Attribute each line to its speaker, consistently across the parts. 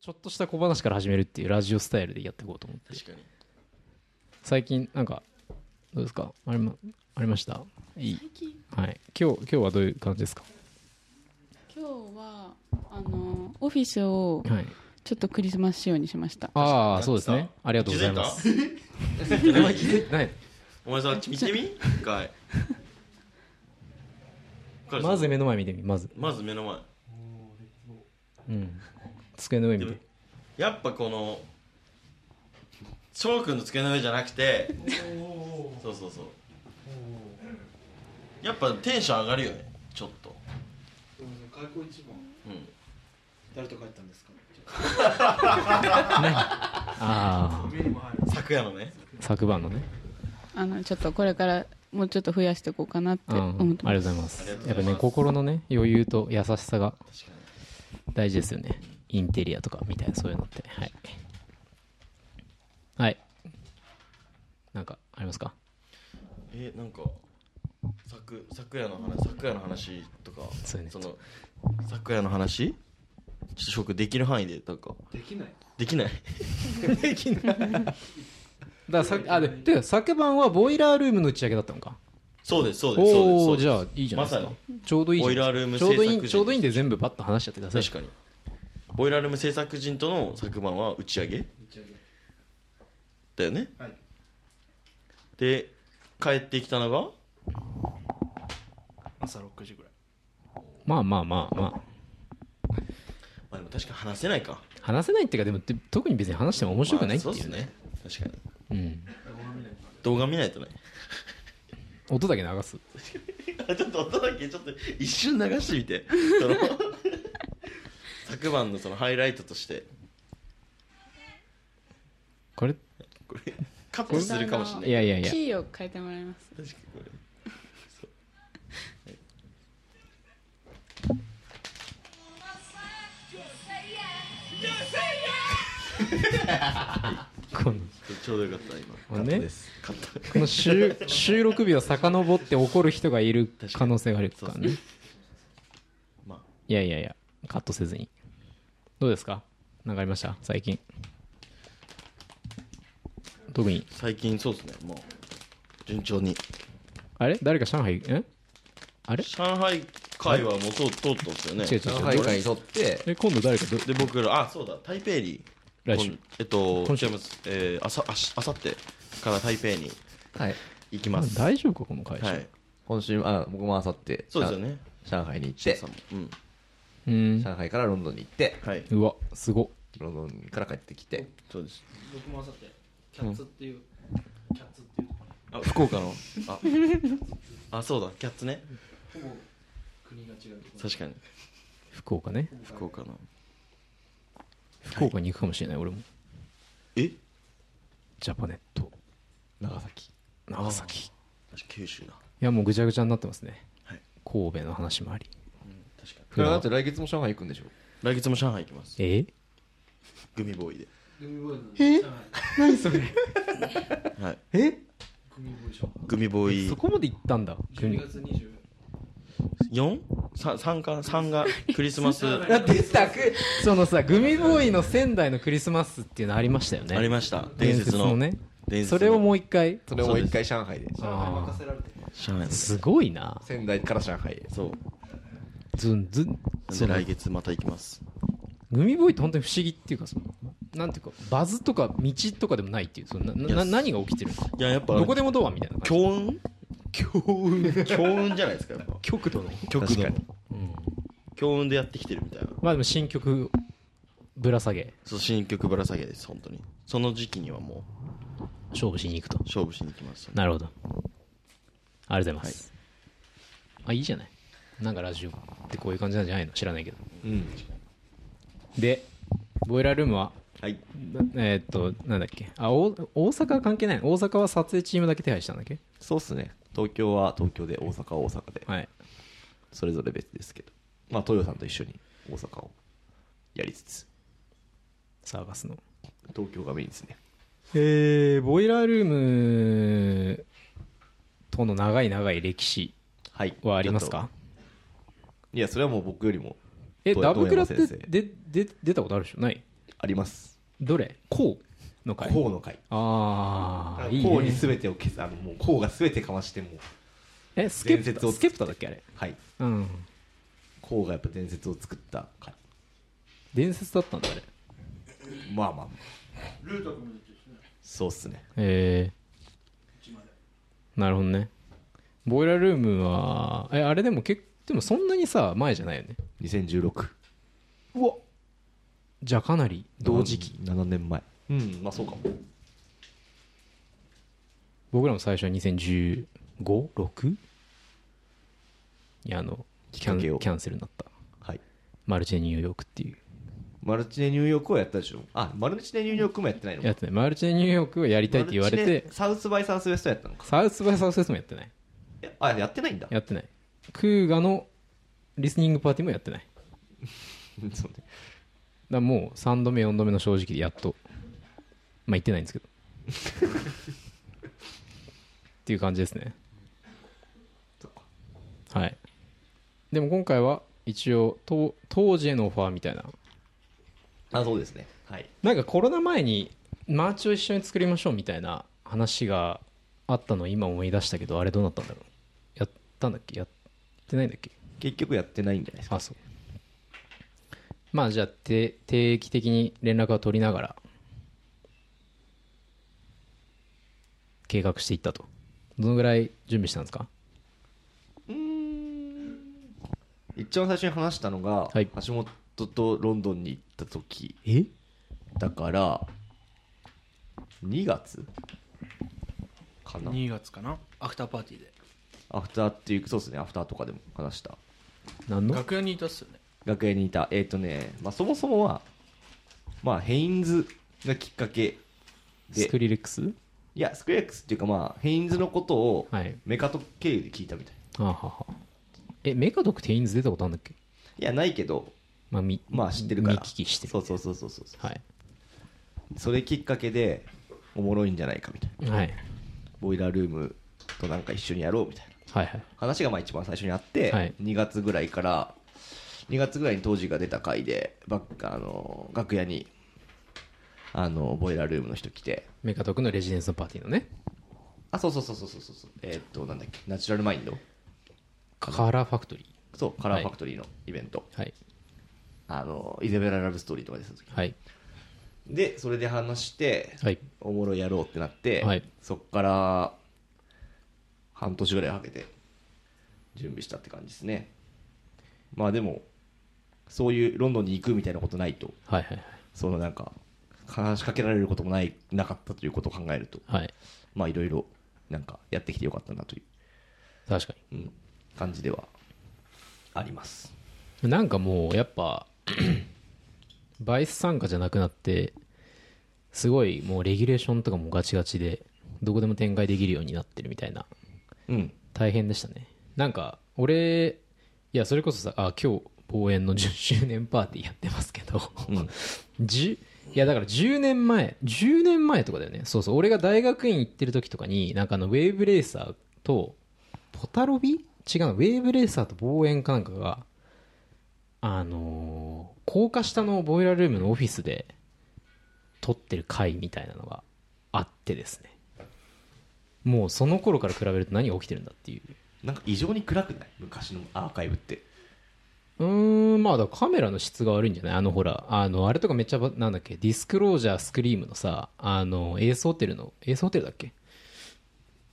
Speaker 1: ちょっとした小話から始めるっていうラジオスタイルでやっていこうと思って
Speaker 2: 確かに
Speaker 1: 最近なんかどうですかあり,、まありましたいい、
Speaker 3: 最近
Speaker 1: はい、今日今日はどういう感じですか
Speaker 3: 今日はあのオフィスを
Speaker 1: はい
Speaker 3: ちょっとクリスマス仕様にしました
Speaker 1: あ
Speaker 2: なん
Speaker 1: あ
Speaker 2: か
Speaker 1: そうですねありがとうございます
Speaker 2: 気づい
Speaker 1: 何何
Speaker 2: たお前さ見て み一回
Speaker 1: まず目の前見てみまず、
Speaker 2: まず目の前
Speaker 1: うん、机の上
Speaker 2: で
Speaker 1: 見
Speaker 2: も
Speaker 1: て
Speaker 2: やっぱこの翔くんの机の上じゃなくてそうそうそうやっぱテンション上がるよねちょっと
Speaker 4: 開口一番
Speaker 2: うん
Speaker 4: 誰と帰ったんですか
Speaker 1: ああ
Speaker 4: 目にも入る
Speaker 2: 昨夜のね
Speaker 1: 昨晩のね、
Speaker 3: あのちょっとこれからもうちょっと増やしていこうかなって
Speaker 1: うん、あ
Speaker 3: 思
Speaker 1: り
Speaker 3: っ
Speaker 1: が
Speaker 3: て
Speaker 1: とう
Speaker 3: ます、
Speaker 1: ございます
Speaker 2: ありがとう
Speaker 1: や
Speaker 2: ご
Speaker 1: っぱ
Speaker 2: ざいます
Speaker 1: ね心のね余裕と優しさが
Speaker 2: 確か
Speaker 1: 大事ですよねインテリアとかみたいなそういうのってはいはいなんかありますか
Speaker 2: にえなんか昨昨夜の話昨夜の話とか
Speaker 1: そうね
Speaker 2: の昨夜の話ちょっと翔くんできる範囲でなんか
Speaker 4: できない
Speaker 2: できない
Speaker 1: できないだからさあでてか昨晩はボイラールームの打ち上げだったのか
Speaker 2: そうですそうですそ
Speaker 1: おお
Speaker 2: うですそうです
Speaker 1: じゃあいいじゃないですか、
Speaker 2: まさ
Speaker 1: ちょうどいいじゃん
Speaker 2: ボイラールーム
Speaker 1: ちょうどい
Speaker 2: 制
Speaker 1: い
Speaker 2: 作時
Speaker 1: ちょうどいいんで全部パッと話しちゃってください
Speaker 2: 確かにボイラールーム制作陣との昨晩は打ち上げ
Speaker 4: 打ち上げ
Speaker 2: だよね
Speaker 4: はい
Speaker 2: で帰ってきたのが
Speaker 4: 朝6時ぐらい
Speaker 1: まあまあまあまあ
Speaker 2: まあでも確かに話せないか
Speaker 1: 話せないっていうかでもで特に別に話しても面白くないってい
Speaker 2: まあそううっす
Speaker 1: ね,、
Speaker 2: ね確かに
Speaker 1: うん
Speaker 2: 動画見ないとね
Speaker 1: 音だけ流す
Speaker 2: あ ちょっと音だけちょっと一瞬流してみてその昨晩のそのハイライトとして
Speaker 1: これ
Speaker 2: これカットするかもしれないい
Speaker 1: やいやいや
Speaker 3: キーを変えてもらいます
Speaker 2: 確かにこれそう
Speaker 1: この
Speaker 2: ちょうどよかった今
Speaker 1: あね
Speaker 2: カットですカット
Speaker 1: この収収録日を遡って怒る人がいる可能性があるから
Speaker 2: 確か
Speaker 1: ね
Speaker 2: にまあ
Speaker 1: いやいやいやカットせずにどうですかなんかありました最近特に
Speaker 2: 最近そうですねもう順調に
Speaker 1: あれ誰か上海えあれ
Speaker 2: 上海会はもう通通ったんですよね
Speaker 1: 違う違う
Speaker 5: 上海会にとって
Speaker 1: え今度誰かど
Speaker 2: で僕らあそうだ台北に
Speaker 1: 来週
Speaker 2: こんえっと
Speaker 1: 今週
Speaker 2: 違いますえー、あさあしあさってから台北に
Speaker 5: はい
Speaker 2: 行きます
Speaker 1: 大丈夫かこの会社、
Speaker 2: はい
Speaker 5: 今週あ僕もあさって
Speaker 2: そうですよね
Speaker 5: 上海に行って
Speaker 2: さんもうん
Speaker 1: うん
Speaker 5: 上海からロンドンに行って
Speaker 2: はいう
Speaker 1: わすごっ
Speaker 5: ロンドンから帰ってきて
Speaker 2: そうです
Speaker 4: 僕もあさってキャッツっていう、キャッツっていうとこ
Speaker 2: あ福岡の ああそうだキャッツね
Speaker 4: ろほぼ国が違うところ
Speaker 2: 確かに
Speaker 1: 福岡ね
Speaker 2: 福岡の
Speaker 1: 福岡に行くかもしれない、俺も
Speaker 2: え
Speaker 1: ジャパネット
Speaker 5: 長崎
Speaker 1: 長崎い
Speaker 2: 確か九州だ
Speaker 1: やもうぐちゃぐちゃになってますね、
Speaker 2: はい
Speaker 1: 神戸の話もあり
Speaker 2: 確かに
Speaker 5: だって来月も上海行くんでしょ
Speaker 2: 来月も上海行きます
Speaker 1: え
Speaker 2: グミボーイで
Speaker 4: グミボーイのえ
Speaker 1: 何それ
Speaker 2: はい
Speaker 1: え
Speaker 4: グミボーイショップ
Speaker 2: グミボー
Speaker 1: そ
Speaker 2: イ
Speaker 1: こまで行ったんだ急に
Speaker 4: 12月20
Speaker 2: 4? 三三か三がクリス マスあ
Speaker 1: あ出たくそのさグミボーイの仙台のクリスマスっていうのありましたよね
Speaker 2: りました伝説の
Speaker 1: ね
Speaker 2: 伝説
Speaker 1: そ
Speaker 2: の
Speaker 1: れをもう一回
Speaker 5: それを一回上海で
Speaker 4: 上海任せられて
Speaker 2: 上海の
Speaker 1: すごいな
Speaker 5: 仙台から上海へ
Speaker 2: そう
Speaker 1: ズンズン
Speaker 2: なんで
Speaker 1: の
Speaker 2: 来月また行きます
Speaker 1: グミボーイって本当に不思議っていうかそのなんていうかバズとか道とかでもないっていうそのなな
Speaker 2: Yes
Speaker 1: 何が起きてるの
Speaker 2: いややっぱ
Speaker 1: どこでもドアみたいな感じ
Speaker 2: 強運強運強運じゃないですかやっぱ
Speaker 1: 極度の、
Speaker 2: 極度
Speaker 5: 確か
Speaker 1: うん、
Speaker 2: 強運でやってきてるみたいな
Speaker 1: まあでも新曲ぶら下げ
Speaker 2: そう新曲ぶら下げです本当にその時期にはもう
Speaker 1: 勝負しに行くと
Speaker 2: 勝負しに行きます
Speaker 1: なるほどありがとうございます、あいいじゃないなんかラジオってこういう感じなんじゃないの知らないけど
Speaker 5: うん
Speaker 1: でボイラールームは
Speaker 2: はい
Speaker 1: なえーっとなんだっけあお大阪は関係ない大阪は撮影チームだけ手配したんだっけ
Speaker 5: そうっすね東京は東京で大阪は大阪で
Speaker 1: はい
Speaker 5: それぞれ別ですけどまあ東洋さんと一緒に大阪をやりつつ
Speaker 1: サーガスの
Speaker 5: 東京がメインですね
Speaker 1: えー、ボイラールームとの長い長い歴史
Speaker 5: はい
Speaker 1: はありますか
Speaker 5: いやそれはもう僕よりも
Speaker 1: え
Speaker 5: どう
Speaker 1: ダブクラって
Speaker 5: 遠山先生
Speaker 1: でで出たことあるでしょない
Speaker 5: あります
Speaker 1: どれこうの
Speaker 5: 「
Speaker 1: 回
Speaker 5: こう」の回
Speaker 1: ああいい
Speaker 5: こうに
Speaker 1: ね
Speaker 5: 全てを消すあのもうこうが全てかましてもう
Speaker 1: えスケ
Speaker 5: 伝
Speaker 1: プ
Speaker 5: 説
Speaker 1: タ
Speaker 5: を
Speaker 1: スケプタだっけあれ
Speaker 5: はい
Speaker 1: うん
Speaker 5: こうがやっぱ伝説を作った回
Speaker 1: 伝説だったんだあれ
Speaker 5: まあまあまあ
Speaker 4: ルート組むとですね
Speaker 5: そうっすね
Speaker 1: え
Speaker 4: 1まで
Speaker 1: ー、なるほどねボイラールームはえあれでも結でもそんなにさ前じゃないよね
Speaker 5: 2016
Speaker 1: うわじゃあかなり同時期
Speaker 5: 7年前うんまあそうかも
Speaker 1: 僕らも最初は 2015?6? いやあのキャン
Speaker 5: きっかけを
Speaker 1: キャンセルになった
Speaker 5: はい
Speaker 1: マルチェニューヨークっていう
Speaker 5: マルチネニューヨークはやったでしょあマルチネニューヨークもやってないのか
Speaker 1: やってないマルチェニューヨークをやりたいって言われ
Speaker 5: マルチ
Speaker 1: て
Speaker 5: ネサウスバイサウスウエストやったのか
Speaker 1: サウスバイサウスウェストもやってない
Speaker 5: えあやってないんだ
Speaker 1: やってないクーガのリスニングパーティーもやってないだか
Speaker 5: そうね
Speaker 1: らもう3度目4度目の正直でやっとまあ言ってないんですけど っていう感じですね
Speaker 5: そっか
Speaker 1: はいでも今回は一応当当時へのオファーみたいな
Speaker 5: あそうですねはい
Speaker 1: なんかコロナ前にマーチを一緒に作りましょうみたいな話があったのを今思い出したけどあれどうなったんだろうやったんだっけやってないんだっけ
Speaker 5: 結局やってないんじゃないですか
Speaker 1: あそうまあじゃあて定期的に連絡は取りながら計画していったとどのぐらい準備したんですか
Speaker 5: 一番最初に話したのが、
Speaker 1: はい
Speaker 5: 橋本とロンドンに行った時
Speaker 1: え
Speaker 5: だから2月かな
Speaker 4: 2月かなアフターパーティーで
Speaker 5: アフターっていうそうですねアフターとかでも話した
Speaker 1: 何の
Speaker 4: 楽屋にいたっすよね
Speaker 5: 学園にいたえっ、とね、まあ、そもそもはまあヘインズがきっかけで
Speaker 1: スクリレックス
Speaker 5: いやスクエックスっていうかまあヘインズのことを
Speaker 1: はい
Speaker 5: メカト経由で聞いたみたい
Speaker 1: あははえメカドクテインズ出たことあるんだっけ
Speaker 5: いやないけど
Speaker 1: まあみ
Speaker 5: まあ知ってるから
Speaker 1: 見聞きしてる
Speaker 5: そうそうそうそうそう
Speaker 1: はい
Speaker 5: それきっかけでおもろいんじゃないかみたいな
Speaker 1: はい
Speaker 5: ボイラールームとなんか一緒にやろうみたいな
Speaker 1: はいはい
Speaker 5: 話がまあ一番最初にあって、
Speaker 1: はい
Speaker 5: 2月ぐらいから2月ぐらいに当時が出た回でばっあの楽屋にあのボイラールームの人来て
Speaker 1: メカドクのレジデンスのパーティーのね
Speaker 5: あそうそうそうそうそうそうそうえーっとなんだっけナチュラルマインド
Speaker 1: カラーファクトリ
Speaker 5: そうカラーファクトリーのイベント、
Speaker 1: ーはい
Speaker 5: あのイゼベララブストーリーとかです
Speaker 1: はい
Speaker 5: でそれで話して、
Speaker 1: はい
Speaker 5: おもろいやろうってなって、
Speaker 1: はい
Speaker 5: そっから半年ぐらいかけて準備したって感じですねまあでもそういうロンドンに行くみたいなことないと
Speaker 1: はいはい
Speaker 5: そのなんか話しかけられることもないなかったということを考えると
Speaker 1: はいはい
Speaker 5: まあいろいろなんかやってきてよかったなとい
Speaker 1: 確かに
Speaker 5: う、うん感じではあります
Speaker 1: なんかもうやっぱ バイス参加じゃなくなってすごいもうレギュレーションとかもガチガチでどこでも展開できるようになってるみたいな
Speaker 5: うん
Speaker 1: 大変でしたねなんか俺いやそれこそさあ今日望遠の10周年パーティーやってますけど、10いやだから10年前10年前とかだよねそうそう俺が大学院行ってる時とかになんかあのウェーブレーサーとポタロビ違うなウェーブレーサーと望遠かなんかがあのー高架下のボイラールームのオフィスで撮ってる回みたいなのがあってですねもうその頃から比べると何が起きてるんだっていう
Speaker 5: なんか異常に暗くない昔のアーカイブって
Speaker 1: うーんまあだからカメラの質が悪いんじゃないあのほらあのあれとかめっちゃばなんだっけディスクロージャースクリームのさあのエースホテルのエースホテルだっけ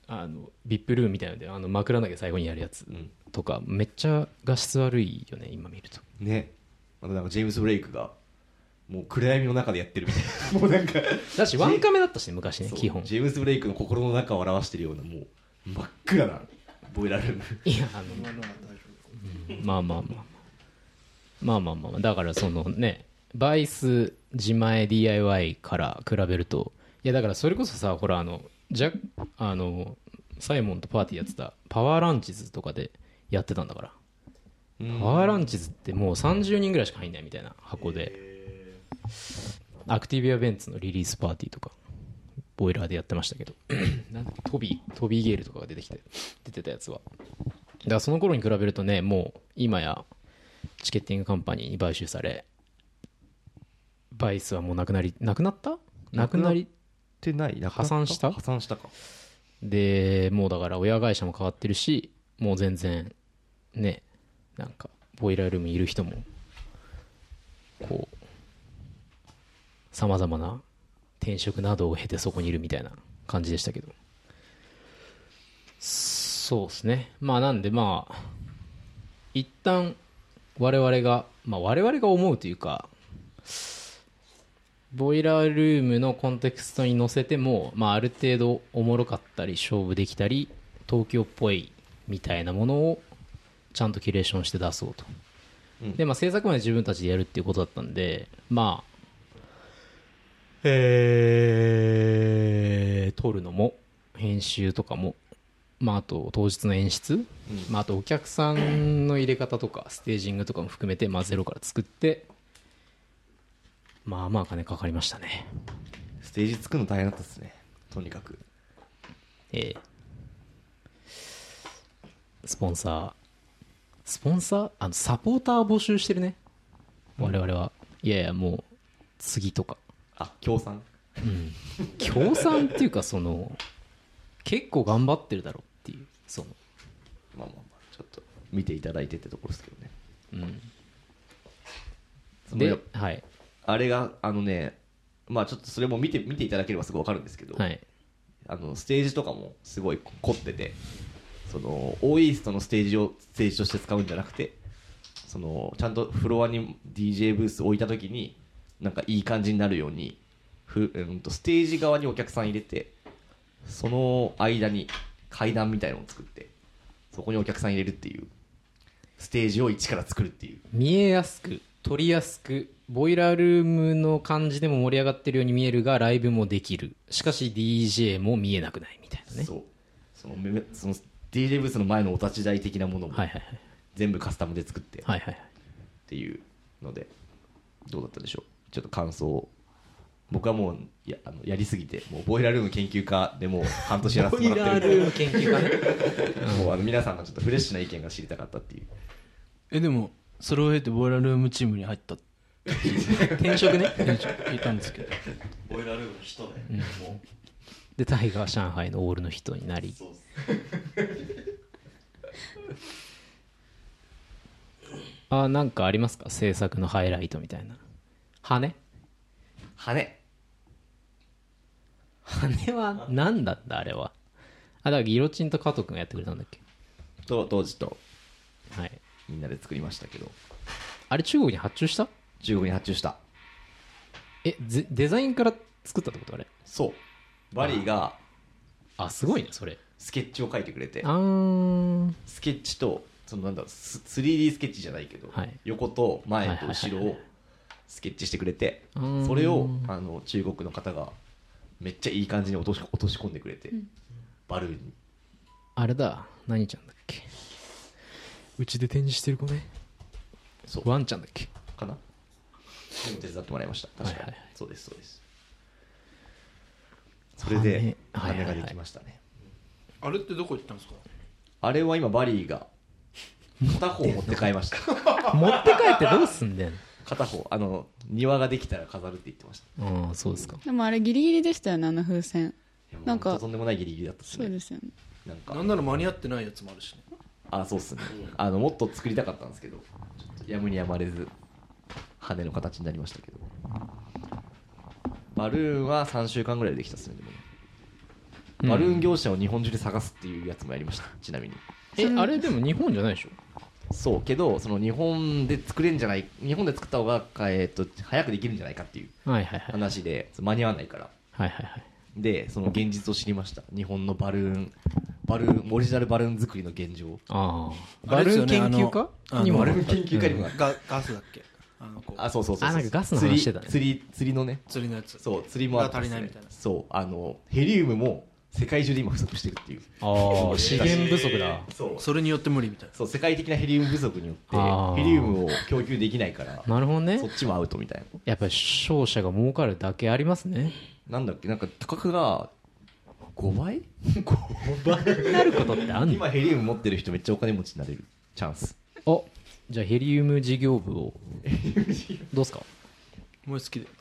Speaker 1: あの VIP ルームみたいなのであの枕投げ最後にやるやつ
Speaker 5: うん
Speaker 1: とかめっちゃ画質悪いよね今見ると
Speaker 5: ねあとなんかジェームス・ブレイクがもう暗闇の中でやってるみたいな もうなんか
Speaker 1: だしワンカメだったしね昔ね
Speaker 5: そう
Speaker 1: 基本
Speaker 5: ジェームス・ブレイクの心の中を表してるようなもう真っ暗なボイラールーム
Speaker 1: いやあの
Speaker 4: 今のは大丈
Speaker 1: まあまあまあまあまあまあまあだからそのねバイス自前 DIY から比べるといやだからそれこそさほらあのジャあのサイモンとパーティーやってたパワーランチズとかでやってたんだからパワーランチズってもう30人ぐらいしか入んないみたいな箱でアクティビア・ベンツのリリースパーティーとかボイラーでやってましたけど なんだっけトビートビー・ゲールとかが出てきて出てたやつはだからその頃に比べるとねもう今やチケッティングカンパニーに買収されバイスはもうなくなりなくなったなくなり
Speaker 5: てないなくなった
Speaker 1: 破産した
Speaker 5: 破産したか
Speaker 1: でもうだから親会社も変わってるしもう全然ねなんかボイラールームにいる人もこうさまざまな転職などを経てそこにいるみたいな感じでしたけどそうですねまあなんでまあ一旦我々がまあ我々が思うというかボイラールームのコンテクストに乗せても、まあ、ある程度おもろかったり勝負できたり東京っぽいみたいなものをちゃんとキュレーションして出そうと、
Speaker 5: うん
Speaker 1: で、まあ、制作まで自分たちでやるっていうことだったんでまあえー撮るのも編集とかも、まあ、あと当日の演出、まあ、あとお客さんの入れ方とかステージングとかも含めて、まあ、ゼロから作ってまあまあ金かかりましたね
Speaker 5: ステージ作るの大変だったですねとにかく
Speaker 1: ええスポンサースポンサーあのサポーター募集してるね我々は、いやいやもう次とか
Speaker 5: あ協賛
Speaker 1: 協賛っていうかその結構頑張ってるだろうっていうその
Speaker 5: まあまあまあちょっと見ていただいてってところですけどねその
Speaker 1: で
Speaker 5: やっ
Speaker 1: はい
Speaker 5: あれがあのねまあちょっとそれも見て見ていただければすぐ分かるんですけど、
Speaker 1: はい
Speaker 5: あのステージとかもすごい凝っててそのオーイーストのステージをステージとして使うんじゃなくてそのちゃんとフロアに DJ ブース置いた時になんかいい感じになるようにふ、うん、とステージ側にお客さん入れてその間に階段みたいのを作ってそこにお客さん入れるっていうステージを一から作るっていう
Speaker 1: 見えやすく撮りやすくボイラールームの感じでも盛り上がってるように見えるがライブもできるしかし DJ も見えなくないみたいなね
Speaker 5: そうそのめめその DJ ブースの前のお立ち台的なものも
Speaker 1: はいはいはい
Speaker 5: 全部カスタムで作ってっ
Speaker 1: はいはいはい
Speaker 5: ていうのでどうだったでしょうちょっと感想を僕はもうやあのやりすぎてもうボイラールーム研究家でもう半年やらせてもらってる
Speaker 1: ーム研究家ね
Speaker 5: もうあの皆さんがちょっとフレッシュな意見が知りたかったっていう
Speaker 4: えでもそれを経てボイラールームチームに入 ったって
Speaker 1: 転職ね
Speaker 4: 聞いたんですけど
Speaker 2: ボイラールームの人ね、も
Speaker 1: でタイガー上海のオールの人にな
Speaker 2: う
Speaker 1: り
Speaker 2: そうっす
Speaker 1: あなんかありますか制作のハイライトみたいな羽
Speaker 5: 羽
Speaker 1: 羽は何だったあれはあだからギロチンと加藤君がやってくれたんだっけ
Speaker 5: と当時と
Speaker 1: はい
Speaker 5: みんなで作りましたけど
Speaker 1: あれ中国に発注した
Speaker 5: 中国に発注した
Speaker 1: えぜデザインから作ったってことあれ
Speaker 5: そうバリーが
Speaker 1: あすごいねそれ
Speaker 5: スケッチを書いてくれて
Speaker 1: あー
Speaker 5: スケッチとそのなんだろうス 3D スケッチじゃないけど、
Speaker 1: はい
Speaker 5: 横と前と後ろ
Speaker 1: はいはいはい
Speaker 5: をスケッチしてくれて、
Speaker 1: うん
Speaker 5: それをあの中国の方がめっちゃいい感じに落とし落とし込んでくれて、バルーンに
Speaker 1: あれだ何ちゃんだっけうちで展示してる子ね
Speaker 5: そう
Speaker 1: ワンちゃんだっけ
Speaker 5: かなでも手伝ってもらいました確かに、
Speaker 1: はいはいはい
Speaker 5: そうですそうですそれで
Speaker 1: 羽はいは
Speaker 5: 羽
Speaker 1: いは
Speaker 5: が
Speaker 1: い
Speaker 5: できましたね、
Speaker 4: あれってどこ行ったんですか
Speaker 5: あれは今バリーが片方持って帰りま した
Speaker 1: 持って帰ってどうすんだよ
Speaker 5: 片方あの庭ができたら飾るって言ってました
Speaker 1: ああそうですか
Speaker 3: でもあれギリギリでしたよねあの風船
Speaker 5: いやもう
Speaker 3: なんか
Speaker 5: ほととんでもないギリギリだったです
Speaker 3: そう
Speaker 5: ね
Speaker 3: ですよね
Speaker 5: なんか
Speaker 4: なんなら間に合ってないやつもあるしね
Speaker 5: あそうっすねあのもっと作りたかったんですけどちょっとやむにやまれず羽の形になりましたけどバルーンは3週間ぐらいでできたっすねでもねバルーン業者を日本中で探すっていうやつもやりましたちなみに
Speaker 1: えあれでも日本じゃないでしょ
Speaker 5: そうけどその日本で作れんじゃない日本で作った方が、えー、と早くできるんじゃないかっていう
Speaker 1: はいはいはい
Speaker 5: 話で間に合わないから
Speaker 1: はいはいはい
Speaker 5: でその現実を知りました日本のバルーンバルーンオリジナルバルーン作りの現状
Speaker 1: ああ
Speaker 4: あ
Speaker 1: バ
Speaker 4: れ
Speaker 1: ル
Speaker 4: です
Speaker 1: ー
Speaker 4: よ
Speaker 1: ン
Speaker 4: ね
Speaker 1: 研究家
Speaker 4: あの
Speaker 1: にも
Speaker 5: バルーン研究家にもなった
Speaker 4: ガガスだっけあのこう
Speaker 5: あそうそうそうそう
Speaker 1: あなんかガスの話してたね
Speaker 5: 釣り釣り釣りのね
Speaker 4: 釣りのやつ
Speaker 5: そう釣りもあった
Speaker 4: が
Speaker 5: ん
Speaker 4: 足
Speaker 5: で
Speaker 4: り
Speaker 5: す
Speaker 4: な
Speaker 5: ね
Speaker 4: いみたいな
Speaker 5: そうあのヘリウムも世界中で今不足してるっていう
Speaker 1: ああ資源不足だ
Speaker 5: そう
Speaker 4: それによって無理みたいな
Speaker 5: そう世界的なヘリウム不足によって
Speaker 1: あー
Speaker 5: ヘリウムを供給できないから
Speaker 1: なるほどね
Speaker 5: そっちもアウトみたい
Speaker 1: やっぱり商社が儲かるだけありますね
Speaker 5: ななんだっけなんか価格が5倍
Speaker 1: なることってあんの
Speaker 5: 今ヘリウム持ってる人めっちゃお金持ちになれるチャンス
Speaker 1: あじゃあヘリウム事業部をどうっすか
Speaker 4: もう好きだよね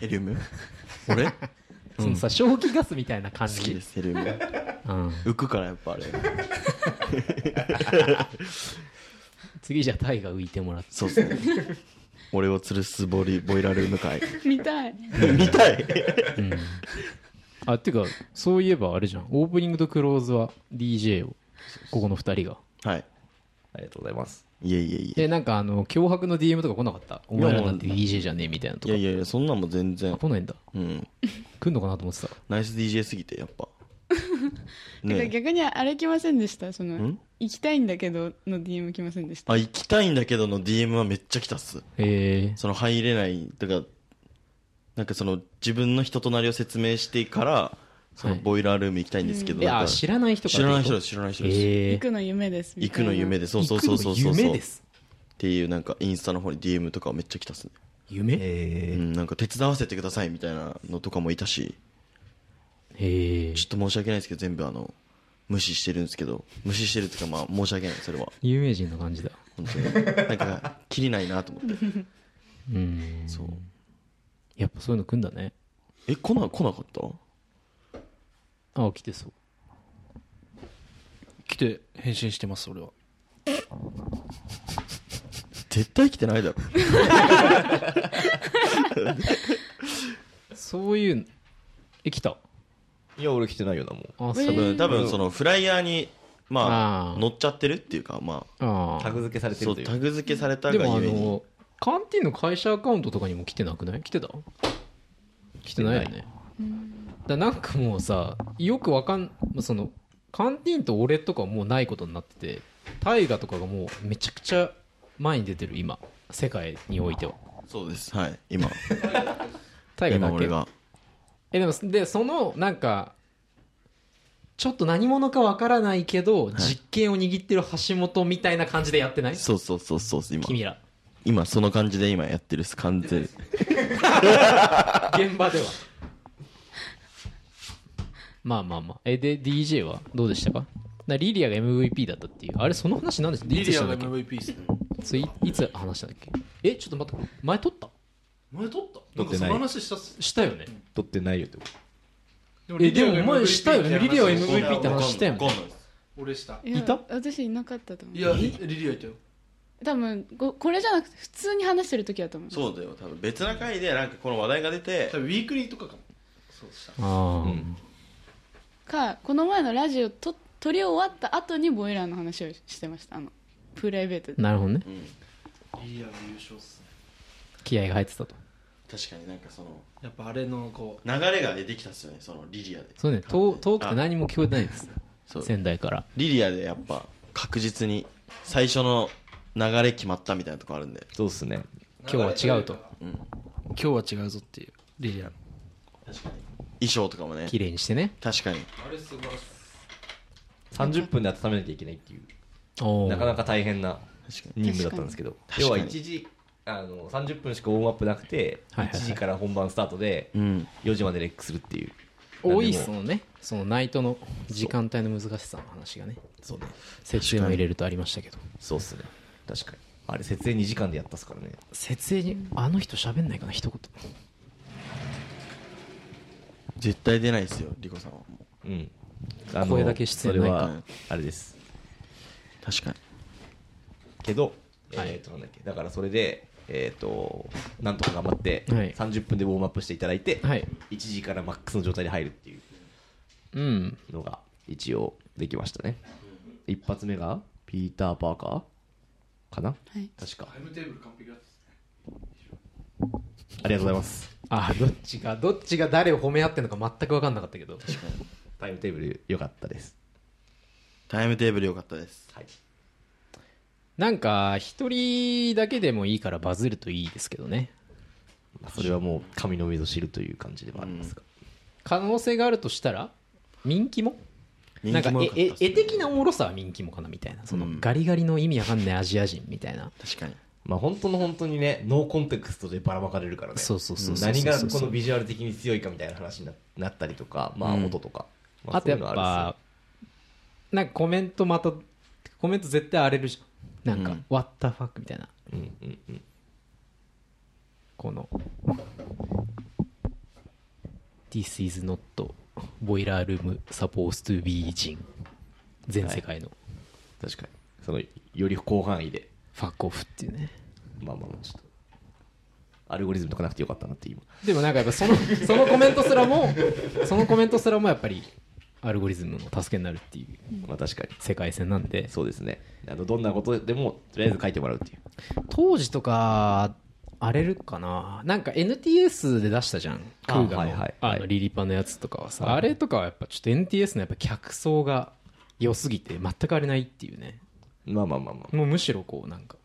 Speaker 2: ヘリウム俺好
Speaker 1: そのさ消気ガスみたいな感じ
Speaker 2: きですヘリウム
Speaker 1: うん、
Speaker 2: 浮くからやっぱあれ
Speaker 1: 次じゃあタイが浮いてもらって
Speaker 2: そうっすね俺を吊るすボリボイラルーム会
Speaker 3: 見たい
Speaker 2: 見たい
Speaker 1: うんあっていうかそういえばあれじゃんオープニングとクローズは DJ をここの2人が
Speaker 2: はい
Speaker 5: ありがとうございます。
Speaker 2: いえいえいえ
Speaker 1: でなんかあの脅迫の DM とか来なかったお前らなんて DJ じゃねえみたいなと
Speaker 2: い
Speaker 1: か
Speaker 2: やいやいやそんなんも全
Speaker 1: あ
Speaker 2: 然
Speaker 1: 来ないんだ
Speaker 2: うん
Speaker 1: 来んのかなと思ってた
Speaker 2: ナイス DJ すぎてやっ ぱ
Speaker 3: てか
Speaker 2: ねえ
Speaker 3: 逆にあれ来ませんでしたその
Speaker 2: ん
Speaker 3: 行きたいんだけどの DM 来ませんでした
Speaker 2: あ行きたいんだけどの DM はめっちゃ来たっす
Speaker 1: え
Speaker 2: その入れないとかなんかその自分の人となりを説明してからその
Speaker 1: はい
Speaker 2: ボイラールーム行きたいんですけど、
Speaker 1: ー、い
Speaker 2: だか
Speaker 1: や
Speaker 2: ら
Speaker 1: 知らない人から
Speaker 2: 知らない人です知らない人です、
Speaker 1: え
Speaker 3: 行
Speaker 1: ー
Speaker 3: くの夢ですみ
Speaker 2: 行
Speaker 3: たい
Speaker 2: く
Speaker 3: な
Speaker 2: の夢でそうそうそうそう
Speaker 1: 行
Speaker 2: そう
Speaker 1: くの
Speaker 2: そ
Speaker 1: 夢
Speaker 2: うっ
Speaker 1: です
Speaker 2: ていうなんかインスタの方に DM とかめっちゃ来たっすね、
Speaker 1: 夢え
Speaker 5: え
Speaker 2: うん、なんか手伝わせてくださいみたいなのとかもいたし
Speaker 1: ー
Speaker 2: ちょっと申し訳ないですけど全部あの無視してるんですけど無視してるっていうかまあ申し訳ないそれは
Speaker 1: 有名人の感じだ
Speaker 2: 本当になんか切りないなと思って
Speaker 1: うん
Speaker 2: そう
Speaker 1: やっぱそういうの来んだね
Speaker 2: え来な来なかった
Speaker 1: あ来てそう
Speaker 4: 来て返信してます俺は
Speaker 2: 絶対来てないだろ
Speaker 1: そういうえ来た
Speaker 5: いや、俺来てないよな、もう。
Speaker 1: あ
Speaker 3: え
Speaker 1: そう
Speaker 2: 多分多分そのフライヤーにま
Speaker 1: あ
Speaker 2: あ
Speaker 1: ー
Speaker 2: 乗っちゃってるっていうかま
Speaker 1: あ
Speaker 5: タグ付けさ
Speaker 2: あ
Speaker 5: れて
Speaker 2: そ
Speaker 5: る
Speaker 2: う
Speaker 5: という
Speaker 2: タグ付けされ
Speaker 1: あ
Speaker 2: た
Speaker 1: で
Speaker 2: が
Speaker 1: もあ
Speaker 2: ゆえに
Speaker 1: のカンティーンの会社アカウントとかにも来てなくない来てた来てないよねだなんかもうさよくわかんそのカンティーンと俺とかもうないことになってて大河とかがもうめちゃくちゃ前に出てる今世界においては
Speaker 2: そうですはい今
Speaker 1: 大河
Speaker 2: 今
Speaker 1: だけ
Speaker 2: 俺が
Speaker 1: えでもでそのなんかちょっと何者かわからないけど、実権を握ってる橋本みたいな感じでやってない
Speaker 2: そうそうそうそう今
Speaker 1: 君ら
Speaker 2: 今その感じで今やってるっす完全に
Speaker 1: 現場では まあまあまあえで DJ はどうでしたかなリリアが MVP だったっていうあれその話なんでした
Speaker 4: リ
Speaker 1: いつし
Speaker 4: リ
Speaker 1: た
Speaker 4: ア
Speaker 1: んだっ
Speaker 4: が
Speaker 1: け
Speaker 4: MVP っすね
Speaker 1: ついいつ話したんだっけえちょっと待って前撮った
Speaker 4: 前撮ったな
Speaker 5: 撮ってない
Speaker 4: んかその話したっす
Speaker 1: したよね
Speaker 5: 撮ってないよってこ
Speaker 4: でも
Speaker 1: え
Speaker 4: リリアが
Speaker 1: でもお前
Speaker 4: MVP
Speaker 1: したよねリリアは MVP って
Speaker 4: だ
Speaker 1: 話したよね
Speaker 2: わかんないです
Speaker 4: 俺した
Speaker 3: いや
Speaker 1: いた
Speaker 3: 私いなかったと思う
Speaker 4: いやリリアいたよ
Speaker 3: 多分ここれじゃなくて普通に話してる時だと思う
Speaker 2: そうだよ多分別な回でなんかこの話題が出て
Speaker 4: 多分ウィークリーとかかもそうした
Speaker 1: ああ、
Speaker 5: うん
Speaker 3: かこの前のラジオと撮り終わった後にボイラーの話をしてましたあのプライベートで
Speaker 1: なるほどね
Speaker 2: うん
Speaker 4: リリアが優勝っすね
Speaker 1: 気合が入ってたと
Speaker 2: 確かになんかその
Speaker 4: やっぱあれのこう
Speaker 2: 流れができたっすよねそのリリアで
Speaker 1: そうね遠遠くて何も聞こえてないです
Speaker 2: そう
Speaker 1: 仙台から
Speaker 2: リリアでやっぱ確実に最初の流れ決まったみたいなとこあるんで
Speaker 5: とそうっすね。
Speaker 1: 今日は違うと
Speaker 4: 今日は違うぞっていうリリアの
Speaker 2: 確かに衣装とかもね
Speaker 1: 綺麗にしてね
Speaker 2: 確かに
Speaker 4: あれすごい
Speaker 5: 30分で温めなきゃいけないっていう。
Speaker 1: お
Speaker 5: なかな
Speaker 1: ー
Speaker 5: か大変な
Speaker 2: 確かに
Speaker 5: 任務だったんですけど
Speaker 2: 確かに
Speaker 5: 要は1
Speaker 2: 確かに
Speaker 5: 時あの30分しかウォームアップなくて
Speaker 1: はいはいはい
Speaker 5: 1時から本番スタートで
Speaker 2: うん
Speaker 5: 4時までレックするっていう
Speaker 1: 多い
Speaker 5: なんで
Speaker 1: そ
Speaker 5: も
Speaker 1: のねそのナイトの時間帯の難しさの話がね
Speaker 5: そうね
Speaker 1: 節電を入れるとありましたけど
Speaker 5: そうっすね確かにあれ設営2時間でやったっすからね
Speaker 1: 設営にあの人喋んないかな一言
Speaker 2: 絶対出ないですよリコさんはもう
Speaker 5: うんあの
Speaker 1: 声だけ出演ない
Speaker 5: それ
Speaker 1: か
Speaker 5: はあれです
Speaker 2: 確かに
Speaker 5: けどえ
Speaker 1: はい
Speaker 5: ーとなんだっけだからそれでえっとなんとか頑張って
Speaker 1: はい
Speaker 5: 30分でウォームアップしていただいて
Speaker 1: はい
Speaker 5: 1時からマックスの状態に入るっていう
Speaker 1: うん
Speaker 5: のが一応できましたね一発目がピーター・パーカーかな
Speaker 3: はい
Speaker 5: 確か
Speaker 4: タイムテーブル完璧だったっすね
Speaker 5: ありがとうございます
Speaker 1: あどっちがどっちが誰を褒め合ってるのか全く分かんなかったけど
Speaker 5: タイムテーブル良かったです
Speaker 2: タイムテーブル良かったです
Speaker 5: はい
Speaker 1: なんか一人だけでもいいからバズるといいですけどね
Speaker 5: まあそれはもう神の目ぞ知るという感じではありますが、
Speaker 1: 可能性があるとしたら人気も
Speaker 2: 人気も
Speaker 1: な
Speaker 2: 良
Speaker 1: んか
Speaker 2: かった
Speaker 1: え
Speaker 2: っす
Speaker 1: え絵的なおもろさは人気もかなみたいなその
Speaker 2: うん
Speaker 1: ガリガリの意味わかんないアジア人みたいな
Speaker 2: 確かに
Speaker 5: まあ本当の本当にねノーコンテクストでばらまかれるからね
Speaker 1: そうそうそうそう
Speaker 5: 何が
Speaker 1: そう
Speaker 5: こ
Speaker 1: そうそ
Speaker 5: の
Speaker 1: う
Speaker 5: ビジュアル的に強いかみたいな話にななったりとかまあ
Speaker 2: うん
Speaker 5: 音とか、ま
Speaker 1: あとやっ
Speaker 5: そういうのはある
Speaker 1: ぱなんかコメントまたコメント絶対荒れるじゃんなんか
Speaker 2: うん
Speaker 1: 「What the fuck」みたいな
Speaker 5: っすようんうんうん
Speaker 1: この This is not boiler room supposed to be in 全世界の
Speaker 5: 確かにそのより広範囲で
Speaker 1: ファックオフっていうね
Speaker 5: まあまあまあちょっとアルゴリズムとかなくてよかったなって今
Speaker 1: でもなんかやっぱその そのコメントすらもそのコメントすらもやっぱりアルゴリズムの助けになるっていう
Speaker 5: まあ確かに
Speaker 1: 世界線なんで
Speaker 5: そうですねあのどんなことでもとりあえず書いてもらうっていう
Speaker 1: 当時とか荒れるかななんか NTS で出したじゃんク
Speaker 5: あ
Speaker 1: ーガの,、
Speaker 5: はいはい
Speaker 1: あ
Speaker 5: は
Speaker 1: の
Speaker 5: い
Speaker 1: リリパのやつとかはさ、
Speaker 5: はい
Speaker 1: あれとかはやっぱちょっと NTS のやっぱ客層が良すぎて全く荒れないっていうね
Speaker 5: まあまあまあまあ
Speaker 1: もうむしろこうなんか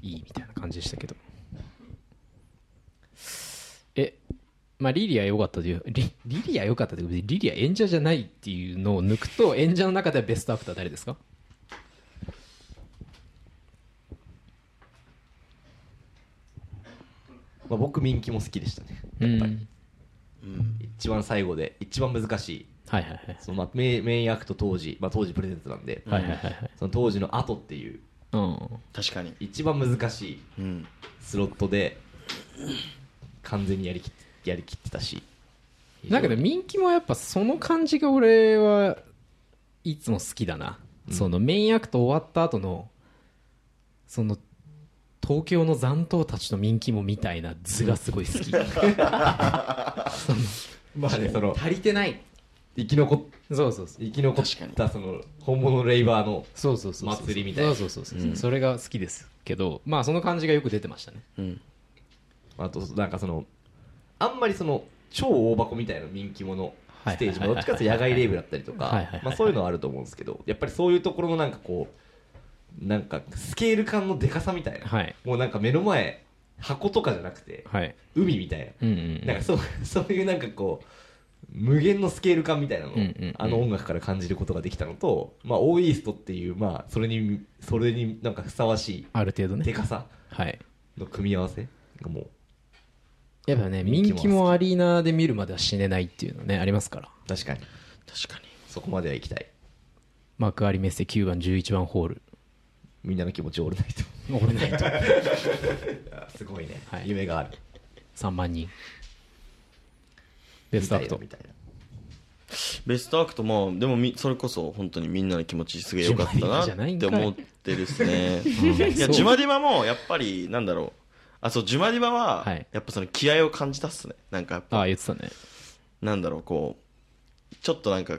Speaker 1: いいみたいな感じでしたけどえまあリリア良かったというリリリア良かったというか別にリリア演者じゃないっていうのを抜くと演者の中ではベストアクター誰ですか
Speaker 5: まあ僕民気も好きでしたね
Speaker 1: う
Speaker 5: やっぱり
Speaker 1: ん
Speaker 2: うん
Speaker 5: 一番最後で一番難しい
Speaker 1: はいはいはい
Speaker 5: そのまあメインメインアクト当時、まあ、当時プレゼントなんで、
Speaker 1: はいはいはいはい
Speaker 5: その当時の後っていう
Speaker 1: うん
Speaker 2: 確かに
Speaker 5: 一番難しい
Speaker 2: うん
Speaker 5: スロットで完全にやりきやりきってたし
Speaker 1: だけどミンキもやっぱその感じが俺はいつも好きだな、
Speaker 5: うん
Speaker 1: そのメインアクト終わった後のその東京の残党たちのミンキもみたいな図がすごい好き
Speaker 5: まあねその
Speaker 1: 足りてない
Speaker 5: 生き残っ
Speaker 1: そうそうそう
Speaker 5: 生き残っ
Speaker 2: 確
Speaker 5: たその本物のレイバーの
Speaker 1: そうそうそうそう
Speaker 5: 祭りみたいな
Speaker 1: そうそうそうそう、
Speaker 2: うん
Speaker 1: それが好きですけどまあその感じがよく出てましたね
Speaker 2: うん
Speaker 5: あとなんかそのあんまりその超大箱みたいな人気者
Speaker 1: はい
Speaker 5: ステージもどっちかっていうと野外レイブだったりと
Speaker 1: はいはい
Speaker 5: か
Speaker 1: はいはい
Speaker 5: まあそういうのはあると思うんですけどやっぱりそういうところのなんかこうなんかスケール感のでかさみたいな、
Speaker 1: はい
Speaker 5: もうなんか目の前箱とかじゃなくて
Speaker 1: はい
Speaker 5: 海みたい
Speaker 1: うんうん
Speaker 5: ななんかそう そういうなんかこう無限のスケール感みたいなのを
Speaker 1: うんうんうん
Speaker 5: あの音楽から感じることができたのと、まあ、オーイーストっていう、まあ、それにそれになんかふさわし
Speaker 1: ある程度
Speaker 5: いで
Speaker 1: ね
Speaker 5: かさ
Speaker 1: はい
Speaker 5: の組み合わせがもう
Speaker 1: やっぱねミ
Speaker 5: ミンキも好き
Speaker 1: ンキもアリーナで見るまでは死ねないっていうのねありますから
Speaker 5: 確かに
Speaker 2: 確かに
Speaker 5: そこまでは行きたい
Speaker 1: 幕張メッセ9番11番ホール
Speaker 5: みんなの気持ちを折れないと
Speaker 1: 俺ないと
Speaker 5: すごいね、
Speaker 1: はい
Speaker 5: 夢がある
Speaker 1: 3万人ベストアクト
Speaker 5: みたいな
Speaker 2: ベストアクトまあでもみそれこそ本当にみんなの気持ちすげえ良かったな
Speaker 1: ジュマディマじゃない
Speaker 2: っ
Speaker 1: ん
Speaker 2: て
Speaker 1: かい
Speaker 2: 思ってで すね
Speaker 1: うん
Speaker 2: いや
Speaker 1: そう
Speaker 2: ジュマディマもやっぱりなんだろうあそうジュマディマは
Speaker 1: はい
Speaker 2: やっぱその気合を感じたっすねなんかやっぱ
Speaker 1: ああ言ってたね
Speaker 2: なんだろうこうちょっとなんか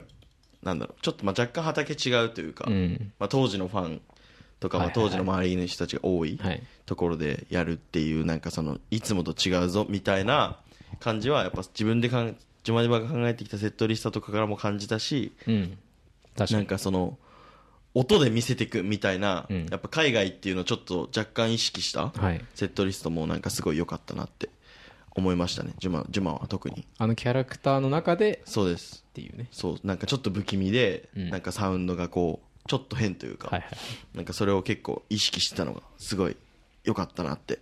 Speaker 2: なんだろうちょっとまあ若干畑違うというか、
Speaker 1: うん
Speaker 2: まあ、当時のファンとか、まあ、
Speaker 1: はいはいは
Speaker 2: 当
Speaker 1: い
Speaker 2: 時の周りの人たちが多い
Speaker 1: はい
Speaker 2: ところでやるっていうなんかそのいつもと違うぞみたいな感じはやっぱ自分でかんジュマディバが考えてきたセットリストとかからも感じたし
Speaker 1: うん確か
Speaker 2: なん
Speaker 1: に
Speaker 2: かその音で見せていくみたいな、
Speaker 1: うん
Speaker 2: やっぱ海外っていうのをちょっと若干意識した
Speaker 1: はい
Speaker 2: セットリストもなんかすごい良かったなって思いましたねジュマジュマは特に
Speaker 1: あのキャラクターの中で
Speaker 2: そうです
Speaker 1: っていうね
Speaker 2: そうなんかちょっと不気味で、
Speaker 1: うん
Speaker 2: なんかサウンドがこうちょっと変というか、
Speaker 1: はいはい
Speaker 2: なんかそれを結構意識してたのがすごい良かったなって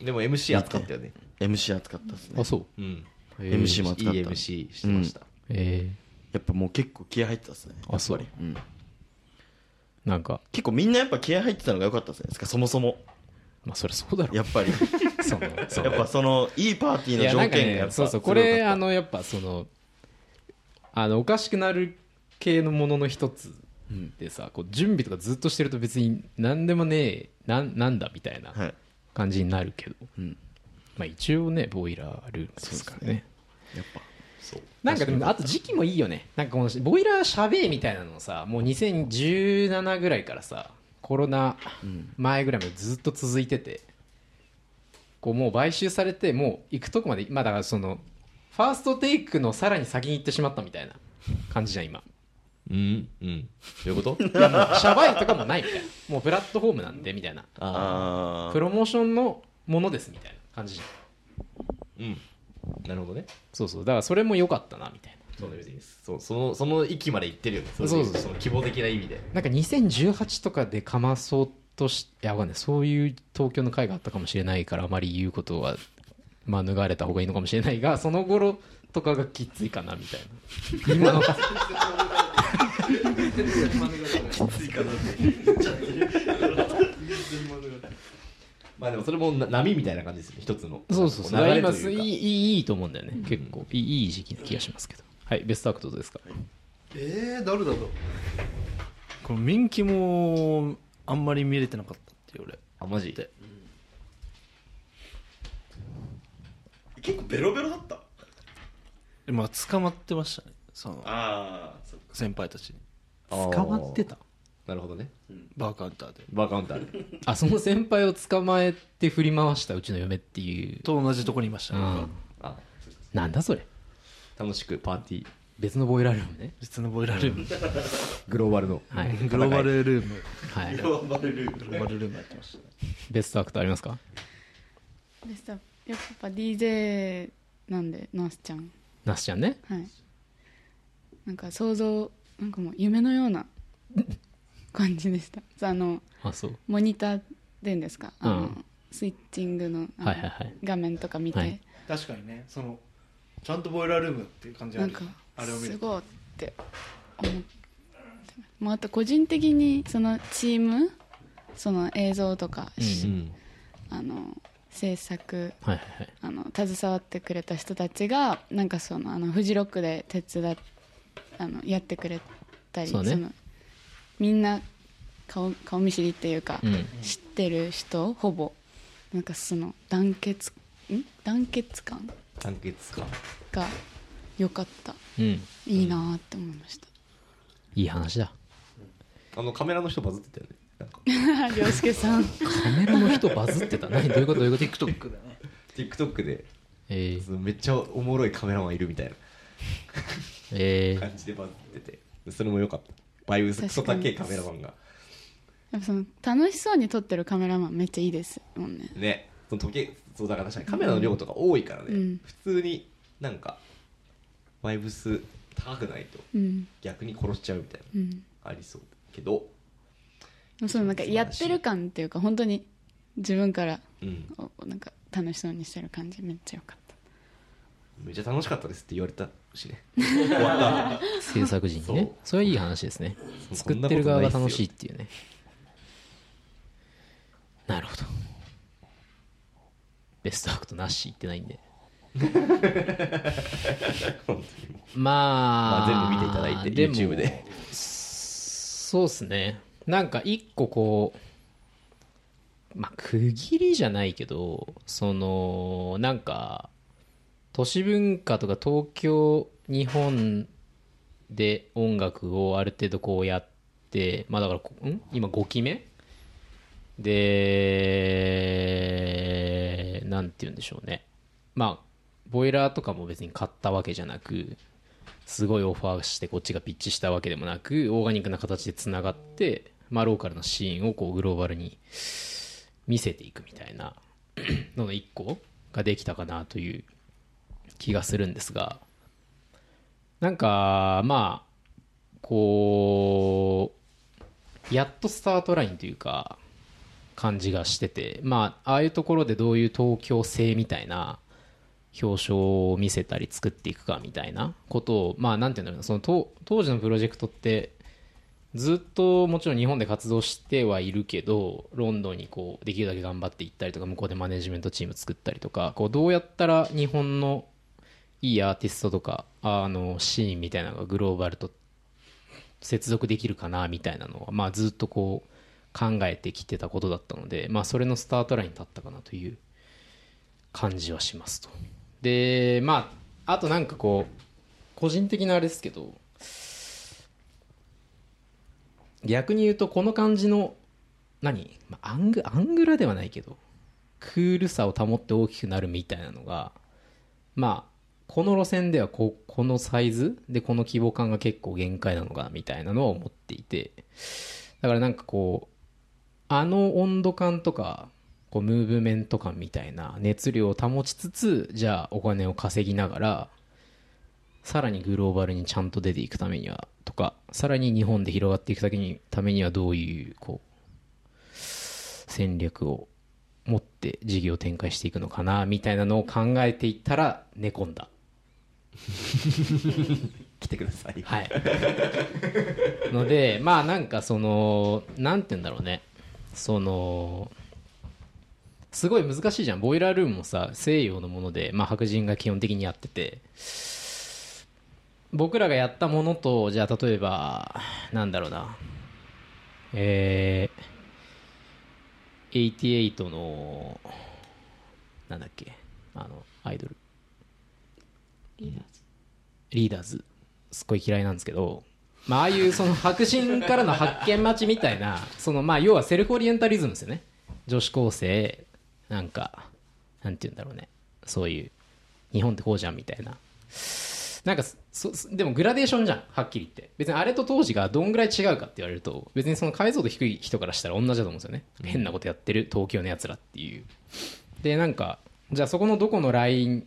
Speaker 5: でも MC 扱ったよね
Speaker 2: MC 熱かったですね
Speaker 1: あそう
Speaker 5: うん
Speaker 1: へー
Speaker 2: MC も熱かった
Speaker 5: いい MC してました、
Speaker 1: え
Speaker 2: やっぱもう結構気合入ってたですね
Speaker 1: ーあそう
Speaker 2: うん
Speaker 1: なんか
Speaker 2: 結構みんなやっぱ気合入ってたのが良かったですねなんかそもそも
Speaker 1: まあそりゃそうだろう
Speaker 2: やっぱり
Speaker 1: その そ
Speaker 2: やっぱそのいいパーティー
Speaker 1: い
Speaker 2: の
Speaker 1: やな
Speaker 2: 条
Speaker 1: んか
Speaker 2: 件がや
Speaker 1: ね
Speaker 2: っぱ
Speaker 1: そうそう
Speaker 2: すご
Speaker 1: こ
Speaker 2: い良かった
Speaker 1: れあのやっぱそのあのおかしくなる系のものの一つ
Speaker 2: うん
Speaker 1: でさこう準備とかずっとしてると別に何でもねえなんなんだみたいな
Speaker 2: はい
Speaker 1: 感じになるけど
Speaker 2: うん
Speaker 1: まあ一応ねボイラールームですからね
Speaker 2: やっぱ
Speaker 5: そう
Speaker 1: なんかでもあと時期もいいよねなんかこのボイラーしゃべえみたいなのをさもう2017ぐらいからさコロナ
Speaker 2: うん
Speaker 1: 前ぐらいまでずっと続いててこうもう買収されてもう行くとこまでまあだからそのファーストテイクのさらに先に行ってしまったみたいな感じじゃん今
Speaker 5: うんうんどういうこと
Speaker 1: いやも うシャバいとかもないみたいなもうプラットフォームなんでみたいな
Speaker 5: あ
Speaker 2: あ
Speaker 1: プ
Speaker 2: ー
Speaker 1: ロモーションのものですみたいな感じじゃん
Speaker 5: あうんなるほどね
Speaker 1: そうそうだからそれも良かったなみたいな
Speaker 5: そうね別にそうそのその域まで行ってるよねれで
Speaker 1: そうそうそう
Speaker 5: その希望的な意味で
Speaker 1: なんか2018とかでかまそうとしいやわかんないそういう東京の会があったかもしれないからあまり言うことは免れた方がいいのかもしれないがその頃とかがきついかなみたいな今の
Speaker 4: 然真似ができない
Speaker 2: きついかなって
Speaker 4: 全然真似ができない
Speaker 5: まあでもそれもな波みたいな感じですね一つの
Speaker 1: そうそうそう。
Speaker 5: 流
Speaker 1: だから
Speaker 5: れ
Speaker 1: 今
Speaker 5: と
Speaker 1: す
Speaker 5: い
Speaker 1: いい、
Speaker 5: うか
Speaker 1: いい、いいと思うんだよね。結構、いい、いい時期な気がしますけど。はい、ベストアクトどうですか。
Speaker 4: えー、誰だろう
Speaker 6: この人気もあんまり見れてなかったっていう俺
Speaker 5: あマジ
Speaker 2: 結構ベロベロだった
Speaker 6: でまあ捕まってましたねその
Speaker 2: ああそっか
Speaker 6: 先輩たちに
Speaker 5: 捕まってたなるほどね
Speaker 6: バーカウンターで
Speaker 5: バーカウンターで
Speaker 1: あ、その先輩を捕まえて振り回したうちの嫁っていう。
Speaker 6: と同じとこにいました
Speaker 1: う
Speaker 6: ね、僕は
Speaker 1: ん。
Speaker 5: あ
Speaker 1: なんだそれ。
Speaker 5: 楽しくパーティー
Speaker 1: 別のボイラールームね。
Speaker 6: 別のボイラールーム
Speaker 5: グローバルの
Speaker 1: はい。
Speaker 6: グローバル ルーム
Speaker 1: はい。
Speaker 2: 頑張れる
Speaker 6: グローバルルームやってましたね
Speaker 1: ベストアクトありますか
Speaker 3: でしたやっぱ DJ なんでナースちゃん
Speaker 1: ナスちゃんね。
Speaker 3: はいなんか想像なんかもう夢のような感じでしたそうあの
Speaker 1: あ、そう。
Speaker 3: モニターでんですかあの、
Speaker 1: うん
Speaker 3: スイッチングのあの
Speaker 1: はいはいはい
Speaker 3: 画面とか見て、
Speaker 1: はい
Speaker 4: 確かにねそのちゃんとボイラールームっていう感じが
Speaker 3: な
Speaker 4: あ
Speaker 3: ん
Speaker 4: る
Speaker 3: か
Speaker 4: あれを見
Speaker 3: す
Speaker 4: る
Speaker 3: ごいって思ってますまああと個人的にそのチームその映像とか、し
Speaker 5: うん
Speaker 3: あの制作
Speaker 1: はいはいはい。
Speaker 3: あの携わってくれた人たちがなんかそのあのフジロックで手伝っあのやってくれたり
Speaker 1: そうね
Speaker 3: のみんな顔顔見知りっていうか、
Speaker 1: うん。
Speaker 3: 知ってる人ほぼなんかその団結ん団結感
Speaker 5: 団結か
Speaker 3: が良かった
Speaker 1: うん。
Speaker 3: いいなーって思いました
Speaker 1: いい話だ。
Speaker 5: あのカメラの人バズってたよねなんか
Speaker 3: 涼介さ ん
Speaker 1: カメラの人バズってた。何どういうことどういうこと
Speaker 4: TikTok だね
Speaker 5: TikTok で
Speaker 1: えー
Speaker 5: そのめっちゃおもろいカメラマンいるみたいな
Speaker 1: えー
Speaker 5: 感じでバズっててそれも良かったバイブスクソ高えカメラマンが
Speaker 3: やっぱその楽しそうに撮ってるカメラマンめっちゃいいですもんね
Speaker 5: ねその時計そうだから確かにカメラの量とか多いからね、
Speaker 3: うん
Speaker 5: 普通になんかバイブス高くないと
Speaker 3: うん
Speaker 5: 逆に殺しちゃうみたいな、
Speaker 3: うんで
Speaker 5: ありそうけど
Speaker 3: もそのなんかやってる感っていうか本当に自分から
Speaker 5: うん
Speaker 3: おなんか楽しそうにしてる感じめっちゃ良かった
Speaker 5: めっちゃ楽しかったですって言われたしね
Speaker 1: 制作陣にね
Speaker 5: そう。
Speaker 1: それはいい話ですね。
Speaker 5: そう
Speaker 1: 作ってる側が楽しいっ
Speaker 5: こ
Speaker 1: ていうねなるほどベストアクトなし言ってない んで
Speaker 5: んなことないですよ本当にも
Speaker 1: まあ、
Speaker 5: まあ全部見ていただいて
Speaker 1: も
Speaker 5: YouTube で
Speaker 1: そうっすねなんか一個こうまあ区切りじゃないけどそのなんか都市文化とか東京日本で音楽をある程度こうやってまあだからこん今5期目でなんて言うんでしょうねまあボイラーとかも別に買ったわけじゃなくすごいオファーしてこっちがピッチしたわけでもなくオーガニックな形でつながって、まあ、ローカルのシーンをこうグローバルに見せていくみたいな のの一個ができたかなという気がするんですがなんかまあこうやっとスタートラインというか感じがしててまあああいうところでどういう東京性みたいな表彰を見せたり作っていくかみたいなことをまあなんていうんだろうなその当当時のプロジェクトってずっともちろん日本で活動してはいるけどロンドンにこうできるだけ頑張っていったりとか向こうでマネジメントチーム作ったりとかこうどうやったら日本のいいアーティストとかあのシーンみたいなのがグローバルと接続できるかなみたいなのは、まあ、ずっとこう考えてきてたことだったので、まあ、それのスタートラインに立ったかなという感じはしますと。でまああとなんかこう個人的なあれですけど逆に言うとこの感じの何、まあ、アングアングラではないけどクールさを保って大きくなるみたいなのがまあこの路線ではここのサイズでこの規模感が結構限界なのかなみたいなのは思っていてだからなんかこうあの温度感とかこうムーブメント感みたいな熱量を保ちつつじゃあお金を稼ぎながらさらにグローバルにちゃんと出ていくためにはとかさらに日本で広がっていくためにためにはどういうこう戦略を持って事業を展開していくのかなみたいなのを考えていったら寝込んだ
Speaker 5: 来てください、
Speaker 1: はいので まあなんかそのなんて言うんだろうねそのすごい難しいじゃんボイラールームもさ西洋のもので、まあ、白人が基本的にやってて僕らがやったものとじゃあ例えばなんだろうなえー、88のなんだっけあのアイドル
Speaker 3: リーダーズ
Speaker 1: リーダーズすっごい嫌いなんですけど、まあ、ああいうその白人からの発見待ちみたいな そのまあ要はセルフオリエンタリズムですよね女子高生なんかなんて言うんだろうねそういう日本ってこうじゃんみたいななんかそそでもグラデーションじゃんはっきり言って別にあれと当時がどんぐらい違うかって言われると別にその解像度低い人からしたら同じだと思うんですよね変なことやってる東京のやつらっていうでなんかじゃあそこのどこのライン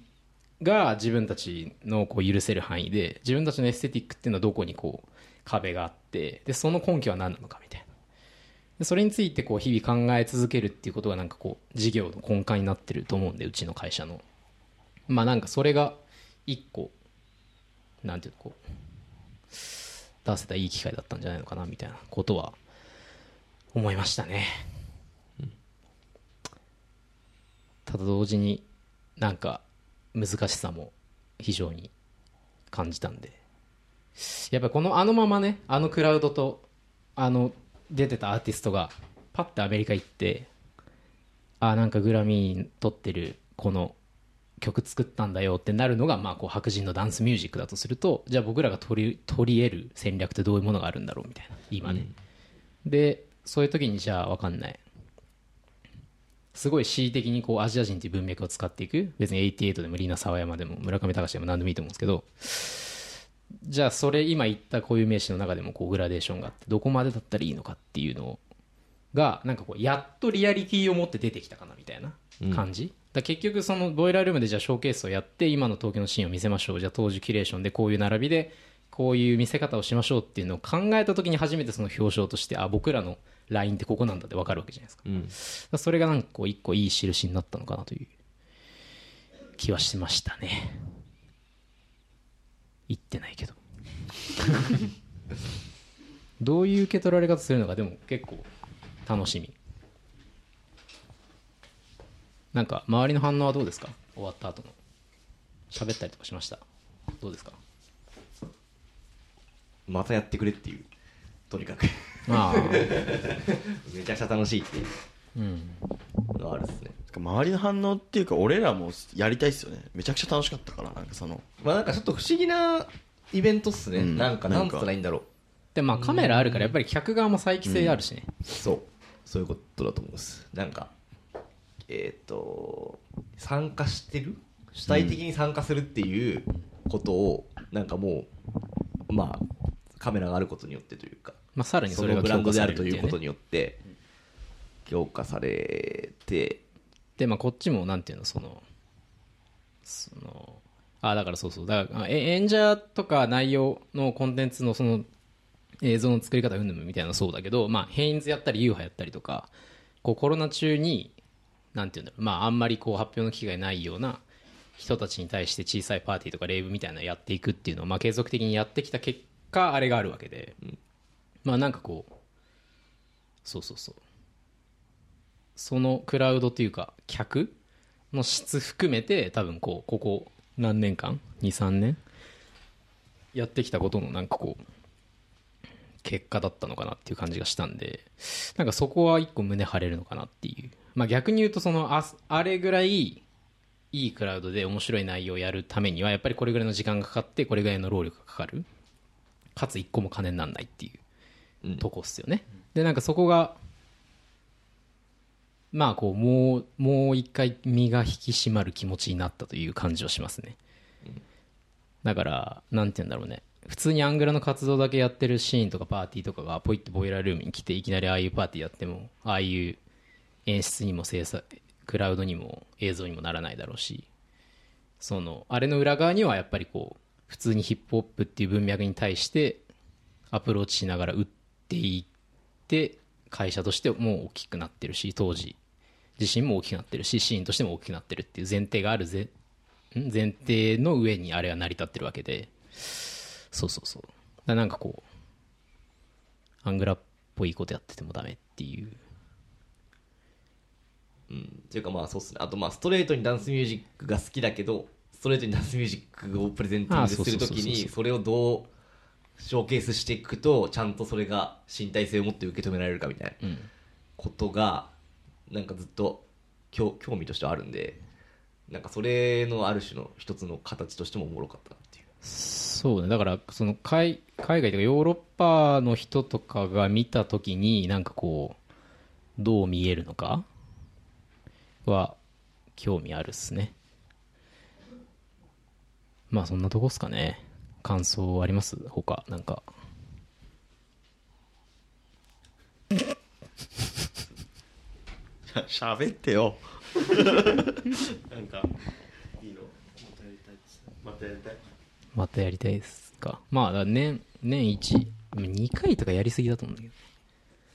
Speaker 1: が自分たちのこう許せる範囲で自分たちのエステティックっていうのはどこにこう壁があってでその根拠は何なのかみたいなでそれについてこう日々考え続けるっていうことがなんかこう事業の根幹になってると思うんでうちの会社のまあなんかそれが一個なんていうのこう出せたいい機会だったんじゃないのかなみたいなことは思いましたねただ同時になんか難しさも非常に感じたんでやっぱりこのあのままねあのクラウドとあの出てたアーティストがパッてアメリカ行ってあーなんかグラミー取ってるこの曲作ったんだよってなるのがまあこう白人のダンスミュージックだとするとじゃあ僕らが取り取り得る戦略ってどういうものがあるんだろうみたいな今ね、でそういう時にじゃあ分かんないすごい恣意的にこうアジア人という文脈を使っていく別に88でもリーナ沢山でも村上隆でも何でもいいと思うんですけどじゃあそれ今言った固有名詞の中でもこうグラデーションがあってどこまでだったらいいのかっていうのがなんかこうやっとリアリティを持って出てきたかなみたいな感じ、だから結局そのボイラールームでじゃあショーケースをやって今の東京のシーンを見せましょうじゃあ当時キュレーションでこういう並びでこういう見せ方をしましょうっていうのを考えた時に初めてその表彰としてあ僕らのラインってここなんだって分かるわけじゃないですか
Speaker 5: うん
Speaker 1: だからそれがなんかこう一個いい印になったのかなという気はしましたね言ってないけど どういう受け取られ方するのかでも結構楽しみなんか周りの反応はどうですか終わった後の喋ったりとかしましたどうですか
Speaker 5: またやってくれっていうとにかく
Speaker 1: ああ
Speaker 5: めちゃくちゃ楽しいっていう
Speaker 1: うん
Speaker 5: のはあるですね
Speaker 2: 周りの反応っていうか俺らもやりたいっすよねめちゃくちゃ楽しかったからなんかその
Speaker 5: まあなんかちょっと不思議なイベントっすね、
Speaker 2: うん
Speaker 5: なんか
Speaker 2: な
Speaker 5: なんん
Speaker 2: か
Speaker 5: つったらいいんだろう
Speaker 1: でまあカメラあるからやっぱり客側も再帰性あるしね、
Speaker 5: そうそういうことだと思いますなんかえっ、と参加してる主体的に参加するっていうことを、なんかもうまあカメラがあることによってというか
Speaker 1: まあさらにそ
Speaker 5: そ
Speaker 1: れ
Speaker 5: の
Speaker 1: が
Speaker 5: ブランドである
Speaker 1: 強化さ
Speaker 5: と
Speaker 1: れっ
Speaker 5: い
Speaker 1: て
Speaker 5: う
Speaker 1: ね
Speaker 5: ことによって強化されて
Speaker 1: でまあこっちもなんていうのそのそのあだからそうそうだからあえ演者とか内容のコンテンツのその映像の作り方うんぬんみたいなのそうだけどまあ変質やったり流派やったりとかこうコロナ中になんていうんだろうまああんまりこう発表の機会ないような人たちに対して小さいパーティーとかレイブみたいなのやっていくっていうのをまあ継続的にやってきた結果あれがあるわけで、まあなんかこうそうそうそうそのクラウドというか客の質含めて多分こうここ何年間23年やってきたことのなんかこう結果だったのかなっていう感じがしたんでなんかそこは一個胸張れるのかなっていうまあ逆に言うとそのああれぐらいいいクラウドで面白い内容をやるためにはやっぱりこれぐらいの時間がかかってこれぐらいの労力がかかるかつ一個も金にならないっていうとこっすよね、でなんかそこがまあこうもうもう一回身が引き締まる気持ちになったという感じはしますねだからなんて言うんだろうね普通にアングラの活動だけやってるシーンとかパーティーとかがポイってボイラールームに来ていきなりああいうパーティーやってもああいう演出にも制作クラウドにも映像にもならないだろうしそのあれの裏側にはやっぱりこう普通にヒップホップっていう文脈に対してアプローチしながら打っていって会社としてもう大きくなってるし当時自身も大きくなってるしシーンとしても大きくなってるっていう前提があるぜん前提の上にあれは成り立ってるわけでそうそうそうだからなんかこうアングラっぽいことやっててもダメっていう
Speaker 5: うんというかまあそうっすねあとまあストレートにダンスミュージックが好きだけどストレートにダンスミュージックをプレゼンティン
Speaker 1: あ
Speaker 5: グ
Speaker 1: そう
Speaker 5: す
Speaker 1: そう
Speaker 5: る
Speaker 1: そうそ
Speaker 5: とき
Speaker 1: うそう
Speaker 5: にそれをどうショーケースしていくとちゃんとそれが身体性を持って受け止められるかみたいな
Speaker 1: うん
Speaker 5: ことがなんかずっと興興味としてはあるんでなんかそれのある種の一つの形としてもおもろかったなっていう
Speaker 1: そうねだからその海海外というかヨーロッパの人とかが見た時になんかこうどう見えるのかは興味あるっすねまあそんなとこっすかね感想あります他なんか
Speaker 2: しゃべってよなんかいいのまたやりたいです
Speaker 1: またやりたいですかまあだから年年12回とかやりすぎだと思うんだけど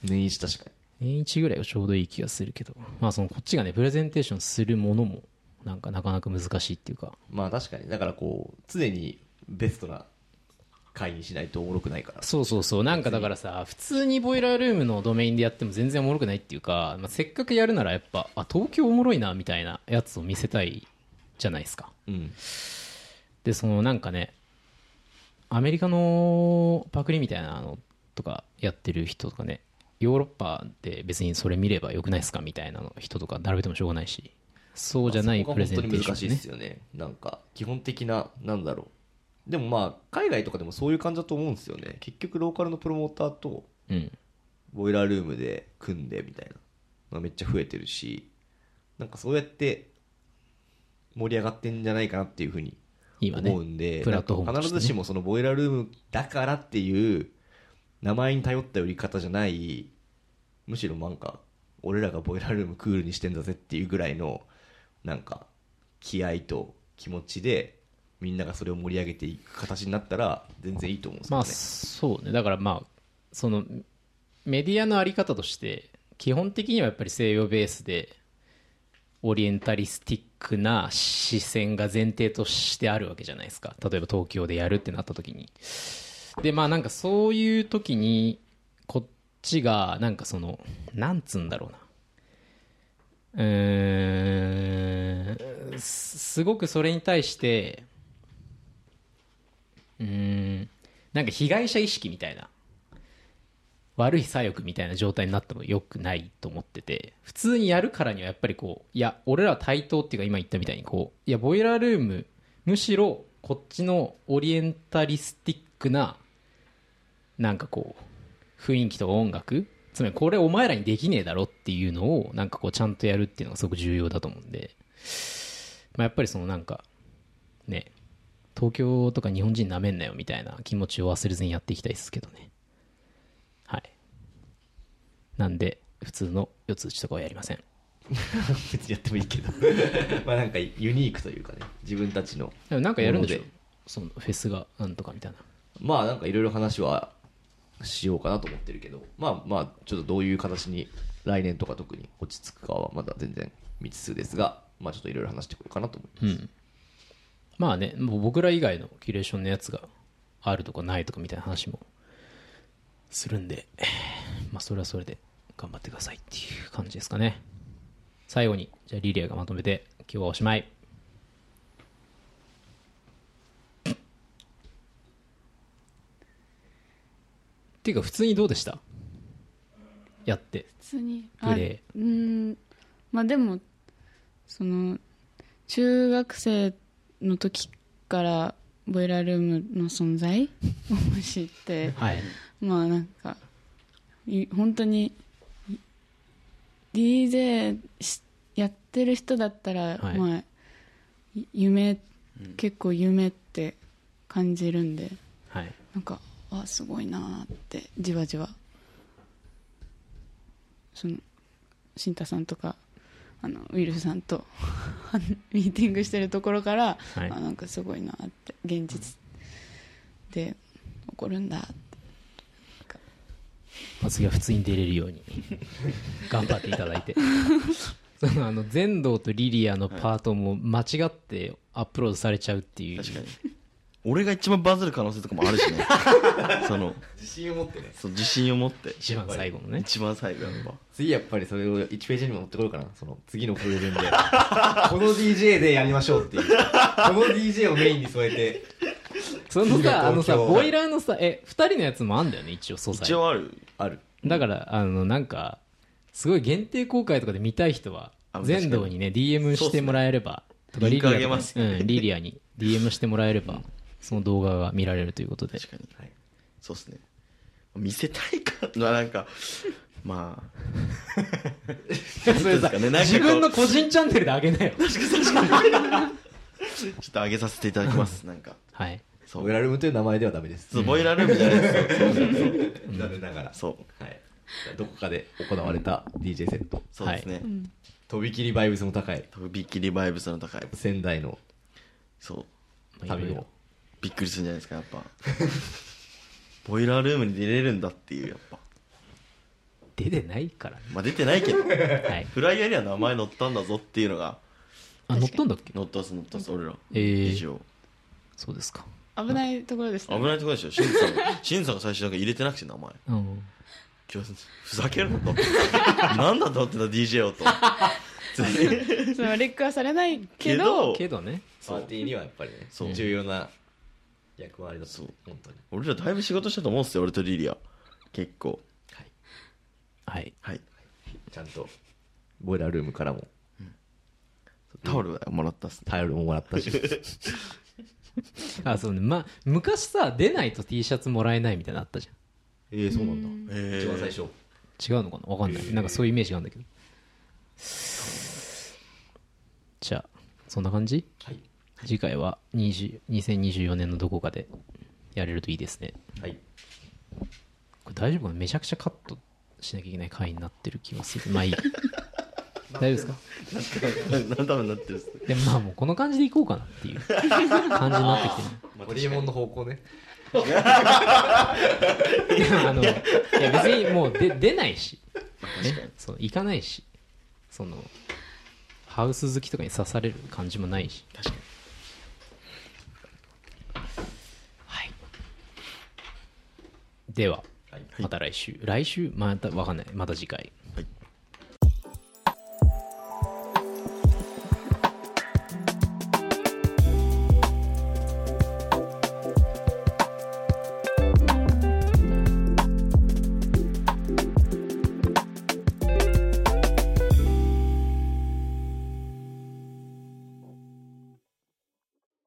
Speaker 5: 年一確かに
Speaker 1: 年1ぐらいがちょうどいい気がするけどまあそのこっちがねプレゼンテーションするものもなんかなかなか難しいっていうか
Speaker 5: まあ確かにだからこう常にベストな回にしないとおもろくないから
Speaker 1: そうそうそうなんかだからさ普通にボイラールームのドメインでやっても全然おもろくないっていうか、まあ、せっかくやるならやっぱあ東京おもろいなみたいなやつを見せたいじゃないですか
Speaker 5: うん
Speaker 1: でそのなんかねアメリカのパクリみたいなのとかやってる人とかねヨーロッパで別にそれ見ればよくないですかみたいなの人とか並べてもしょうがないしそうじゃない
Speaker 5: そこ
Speaker 1: プ
Speaker 5: が
Speaker 1: レ
Speaker 5: 本
Speaker 1: ゼ
Speaker 5: 当
Speaker 1: ンテ
Speaker 5: に
Speaker 1: ーショ
Speaker 5: 難
Speaker 1: ン
Speaker 5: しい
Speaker 1: ね
Speaker 5: ですよねなんか基本的ななんだろうでもまあ海外とかでもそういう感じだと思うんですよね結局ローカルのプロモーターと
Speaker 1: うん
Speaker 5: ボイラールームで組んでみたいなのがめっちゃ増えてるしなんかそうやって盛り上がってんじゃないかなっていうふうに
Speaker 1: 今ね
Speaker 5: 思うんで、
Speaker 1: プラットフォーム
Speaker 5: なん
Speaker 1: としてね
Speaker 5: か必ずしもそのボイラールームだからっていう名前に頼った売り方じゃないむしろなんか俺らがボイラールームクールにしてんだぜっていうぐらいのなんか気合と気持ちでみんながそれを盛り上げていく形になったら全然いいと思うんですけ
Speaker 1: ま
Speaker 5: ど
Speaker 1: あ
Speaker 5: ね、
Speaker 1: そうねだからまあそのメディアのあり方として基本的にはやっぱり西洋ベースでオリエンタリスティックな視線が前提としてあるわけじゃないですか例えば東京でやるってなった時にでまあなんかそういう時にこっちがなんかそのなんつうんだろうなうーんすすごくそれに対してうーんなんか被害者意識みたいな悪い左翼みたいな状態になってもよくないと思ってて普通にやるからにはやっぱりこういや俺らは対等っていうか今言ったみたいにこういやボイラールームむしろこっちのオリエンタリスティックななんかこう雰囲気とか音楽つまりこれお前らにできねえだろっていうのをなんかこうちゃんとやるっていうのがすごく重要だと思うんで、まあ、やっぱりそのなんかね東京とか日本人なめんなよみたいな気持ちを忘れずにやっていきたいですけどねはいなんで普通の四つ打ちとかはやりません
Speaker 5: 別にやってもいいけど まあなんかユニークというかね自分たちの
Speaker 1: でもなんかやるんでし
Speaker 5: な
Speaker 1: ょ
Speaker 5: ので
Speaker 1: そのフェスがなんとかみたいな
Speaker 5: まあなんかいろいろ話はしようかなと思ってるけどまあまあちょっとどういう形に来年とか特に落ち着くかはまだ全然未知数ですがまあちょっといろいろ話してこようかなと思います、
Speaker 1: まあねもう僕ら以外のキュレーションのやつがあるとかないとかみたいな話もするんでまあそれはそれで頑張ってくださいっていう感じですかね最後にじゃあリリアがまとめて今日はおしまいっていうか普通にどうでしたやって
Speaker 3: 普通に
Speaker 1: プレ
Speaker 3: あうーんまあでもその中学生の時からボイラールームの存在を知って
Speaker 1: はい
Speaker 3: まあなんかい本当にい DJ しやってる人だったら、
Speaker 1: はい
Speaker 3: まあい夢結構夢って感じるんで
Speaker 1: はい
Speaker 3: なんかあすごいなーってじわじわその新太さんとかあのウィルスさんと あのミーティングしてるところから、
Speaker 1: はい
Speaker 3: あなんかすごいなーって現実で起こるんだって
Speaker 1: まあ、次は普通に出れるよ うに頑張っていただいてそのあの全道とリリアのパートも間違ってアップロードされちゃうっていう
Speaker 2: 確かに俺が一番バズる可能性とかもあるしねその
Speaker 5: 自信を持ってね
Speaker 2: そう自信を持って
Speaker 1: 一番最後のね
Speaker 2: 一番最後やっぱ
Speaker 5: 次やっぱりそれを1ページにも持ってこようかなその次のプレゼンでこ の DJ でやりましょうっていうこの DJ をメインに添えて
Speaker 1: そのさあのさ
Speaker 5: 東京
Speaker 1: ボイラーのさえ二人のやつもあんだよね一応素材
Speaker 2: 一応ある
Speaker 5: ある
Speaker 1: だからあのなんかすごい限定公開とかで見たい人は
Speaker 2: あ
Speaker 1: 全道にね DM してもらえればとか
Speaker 2: リンク
Speaker 1: リ
Speaker 2: あげ
Speaker 1: リア
Speaker 2: ます
Speaker 1: とかうんリリアに DM してもらえればその動画が見られるということで
Speaker 2: 確かに、そうっすね見せたいかまあなんかまあ それですかねなんかこう
Speaker 1: 自分の個人チャンネルであげな よ
Speaker 2: ちょっと上げさせていただきます なんか
Speaker 1: はい
Speaker 2: そ
Speaker 5: ボイ
Speaker 2: う
Speaker 5: ラルームという名前ではダメです
Speaker 2: そうボイラールームじゃないですよ
Speaker 5: 残念ながら
Speaker 2: そう
Speaker 5: はいどこかで行われた DJ セット
Speaker 2: そうですね、
Speaker 5: 飛び切りバイブスの高い
Speaker 2: 飛びっきりバイブスの高い
Speaker 5: 仙台の
Speaker 2: そう
Speaker 1: まあいろ
Speaker 5: 旅
Speaker 1: い
Speaker 5: を
Speaker 1: ろ
Speaker 2: びっくりするんじゃないですかやっぱボイラールームに出れるんだっていうやっぱ
Speaker 1: 出てないからね
Speaker 2: まあ出てないけど
Speaker 1: はい
Speaker 2: フライヤーには名前載ったんだぞっていうのが
Speaker 1: あ乗ったんだっけ
Speaker 2: 載ったす載ったす俺ら
Speaker 1: えー
Speaker 2: 一応
Speaker 1: そうですか
Speaker 3: 危ないところでした
Speaker 2: 危ないところでしょしんさんがしんさんが最初なんか入れてなくて名前
Speaker 1: うん
Speaker 2: 今日ふざけるなとなんだと思ってた DJ をと全然
Speaker 3: そのレックはされないけ
Speaker 2: け
Speaker 3: ど
Speaker 2: ど
Speaker 1: けどね
Speaker 5: パーティーにはやっぱりね
Speaker 2: そう
Speaker 5: 重要な役割だと
Speaker 2: そう
Speaker 5: 本当に
Speaker 2: 俺らだいぶ仕事したと思うんですよ俺とリリア結構
Speaker 1: はい
Speaker 2: はい
Speaker 5: ちゃんとボイラルームからも
Speaker 2: タオルはもらったっ すね
Speaker 5: タオルももらったし
Speaker 1: あそうねま昔さ出ないと T シャツもらえないみたいなのあったじ
Speaker 5: ええそうなんだ
Speaker 2: え
Speaker 5: 一番最初
Speaker 1: ゃん違うのかなわかんないなんかそういうイメージがあるんだけどじゃあそんな感じ
Speaker 5: はい
Speaker 1: 次回は20 2024年のどこかでやれるといいですね
Speaker 5: はい
Speaker 1: これ大丈夫かなめちゃくちゃカットしなきゃいけない回になってる気がする まあいい大丈夫ですか
Speaker 2: 何多分なってるっすね
Speaker 1: でもまあもうこの感じでいこうかなっていう感じになってきてる
Speaker 5: ホリエモンの方向ね
Speaker 1: いやあのいや別にもうで出ないし、ね、そう行かないしそのハウス好きとかに刺される感じもないし確かにはいでは、また来週来週またわかんないまた次回